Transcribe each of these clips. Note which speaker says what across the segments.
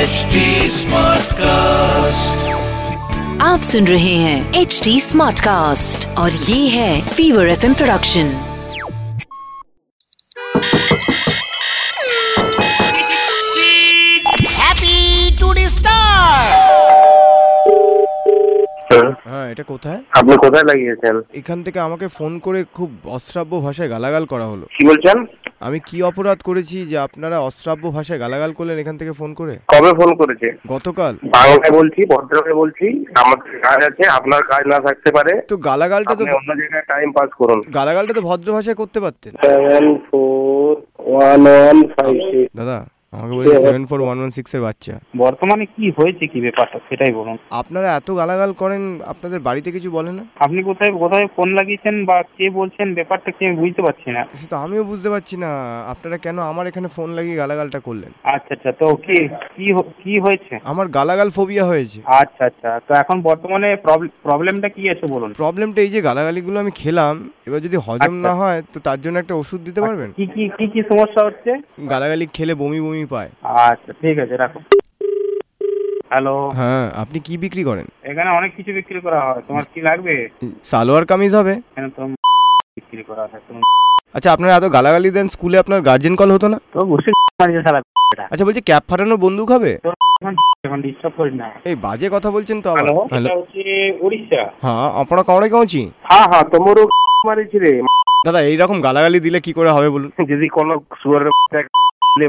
Speaker 1: HD Smartcast.
Speaker 2: आप सुन रहे हैं एच डी स्मार्ट कास्ट और ये है fever F production
Speaker 3: Happy to the star!
Speaker 4: হ্যাঁ,
Speaker 5: হ্যাঁ এটা কোথায়
Speaker 4: আপনি কোথায় লাগিয়েছেন
Speaker 5: এখান থেকে আমাকে ফোন করে খুব অশ্রাব্য ভাষায় গালাগাল করা হলো
Speaker 4: কি বলছেন
Speaker 5: আমি কি অপরাধ করেছি যে আপনারা অশ্রাব্য ভাষায় গালাগাল করলেন এখান থেকে ফোন করে
Speaker 4: কবে ফোন করেছে
Speaker 5: গতকাল
Speaker 4: বাংলায় বলছি ভদ্রকে বলছি আমাদের কাজ আছে আপনার কাজ না থাকতে পারে
Speaker 5: তো গালাগালটা তো
Speaker 4: আপনি অন্য জায়গায় টাইম পাস করুন
Speaker 5: গালাগালটা তো ভদ্র ভাষায় করতে পারতেন
Speaker 4: seven four one one five six
Speaker 5: দাদা আমাকে বলছে সেভেন ফোর ওয়ান ওয়ান সিক্সের বাচ্চা
Speaker 6: বর্তমানে কি হয়েছে কি ব্যাপারটা সেটাই বলুন
Speaker 5: আপনারা এত গালাগাল করেন আপনাদের বাড়িতে কিছু বলে না
Speaker 6: আপনি কোথায় কোথায় ফোন লাগিয়েছেন বা কে বলছেন ব্যাপারটা কি আমি বুঝতে পারছি না
Speaker 5: সে তো আমিও বুঝতে পারছি না আপনারা কেন আমার এখানে ফোন লাগিয়ে গালাগালটা করলেন
Speaker 6: আচ্ছা আচ্ছা তো কি কি হ- কি হয়েছে
Speaker 5: আমার গালাগাল ফোবিয়া হয়েছে
Speaker 6: আচ্ছা আচ্ছা তো এখন বর্তমানে প্রবলেমটা কি আছে বলুন
Speaker 5: প্রবলেমটা এই যে গালাগালিগুলো আমি খেলাম এবার যদি হজম না
Speaker 6: আচ্ছা।
Speaker 5: হয় তো তার জন্য একটা ওষুধ দিতে পারবেন
Speaker 6: কি কি কি কি সমস্যা হচ্ছে
Speaker 5: গালাগালি খেলে বমি বমি পায়
Speaker 6: আচ্ছা ঠিক আছে রাখো হ্যালো
Speaker 5: হ্যাঁ আপনি কি বিক্রি করেন
Speaker 6: এখানে অনেক কিছু বিক্রি করা হয় তোমার কি লাগবে
Speaker 5: সালোয়ার কামিজ হবে
Speaker 6: এখানে তো বিক্রি করা হয় তুমি
Speaker 5: আচ্ছা আপনারা এত গালাগালি দেন স্কুলে আপনার গার্জেন কল হতো না
Speaker 6: তো বসে মারিয়ে সারা
Speaker 5: আচ্ছা বলছি ক্যাপ ফাটানো বন্দুক হবে
Speaker 6: এখন ডিস্টার্ব করি না
Speaker 5: এই বাজে কথা বলছেন তো আবার
Speaker 4: হ্যালো?
Speaker 5: হ্যালো
Speaker 6: এটা হচ্ছে উড়িষ্যা
Speaker 5: হ্যাঁ আপনারা কাউরে কেউছি
Speaker 4: হ্যাঁ হ্যাঁ তোমারও মারিছি রে
Speaker 5: দাদা এইরকম গালাগালি দিলে কি করে হবে বলুন
Speaker 4: যদি কোনো সুয়ারের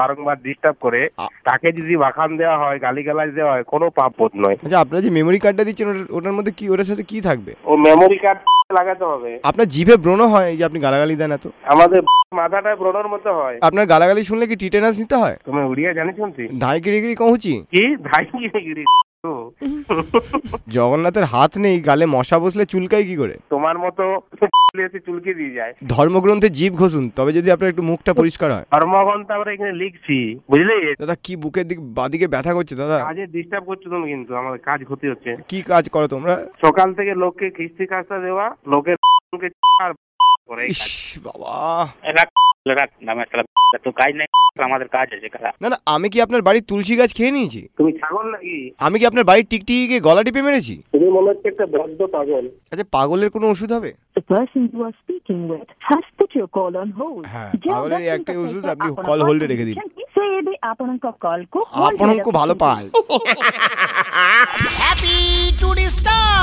Speaker 4: বারংবার ডিস্টার্ব করে তাকে যদি বাখান দেওয়া হয় গালিগালাজ দেওয়া হয় কোনো পাপ বোধ নয়
Speaker 5: আচ্ছা আপনারা যে মেমোরি কার্ডটা দিচ্ছেন ওটার- ওটার মধ্যে কি ওটার সাথে কি থাকবে
Speaker 4: ও মেমোরি কার্ড লাগাতে হবে
Speaker 5: আপনার জিভে ব্রণ হয় এই যে আপনি গালাগালি দেন এত
Speaker 4: আমাদের মাথাটা ব্রণর মতো হয়
Speaker 5: আপনার গালাগালি শুনলে কি টিটেনাস নিতে হয়
Speaker 4: তুমি উড়িয়া জানিস তুই
Speaker 5: ধাইকি রিগড়ি কহুচি
Speaker 4: কি ভাই গিরি
Speaker 5: জগন্নাথের হাত নেই গালে মশা বসলে চুলকাই কি করে
Speaker 4: তোমার মতো এসে চুলকে দিয়ে যায়
Speaker 5: ধর্মগ্রন্থে জীব ঘষুন তবে যদি আপনার একটু মুখটা পরিষ্কার হয়
Speaker 4: ধর্মগ্রন্থ আমরা এখানে লিখছি বুঝলে
Speaker 5: দাদা কি বুকের দিক বাদিকে ব্যথা করছে দাদা
Speaker 4: কাজে ডিস্টার্ব করছো তুমি কিন্তু আমাদের কাজ ক্ষতি হচ্ছে
Speaker 5: কি কাজ করো তোমরা
Speaker 4: সকাল থেকে লোককে কিস্তি কাজটা দেওয়া লোকের কে আর করে এই
Speaker 5: ইস
Speaker 4: কাজ।
Speaker 5: বাবা
Speaker 6: রাখ রাখ না আমার শালা তো কাজ নাই আমাদের কাজ আছে খেলা
Speaker 5: না না আমি কি আপনার বাড়ির তুলসী গাছ খেয়ে নিয়েছি
Speaker 4: তুমি ছাগল নাকি
Speaker 5: আমি কি আপনার বাড়ির টিকটিকে গলা টিপে মেরেছি
Speaker 4: তুমি মনে হচ্ছে একটা বদ্ধ পাগল
Speaker 5: আচ্ছা পাগলের কোনো ওষুধ হবে
Speaker 7: The person you are speaking with has put your call on hold.
Speaker 5: হ্যাঁ,
Speaker 7: जो
Speaker 5: पागल
Speaker 7: व्यक्ति
Speaker 5: एक टे
Speaker 7: सफलता
Speaker 5: उसे अपनी
Speaker 7: आपन
Speaker 5: call
Speaker 7: पास
Speaker 5: hold রেখে দিন।
Speaker 7: position की, से भी आपनको call को hold पे
Speaker 5: আপনার
Speaker 7: रखने
Speaker 5: ভালো
Speaker 7: की
Speaker 5: পায়
Speaker 3: Happy to the star!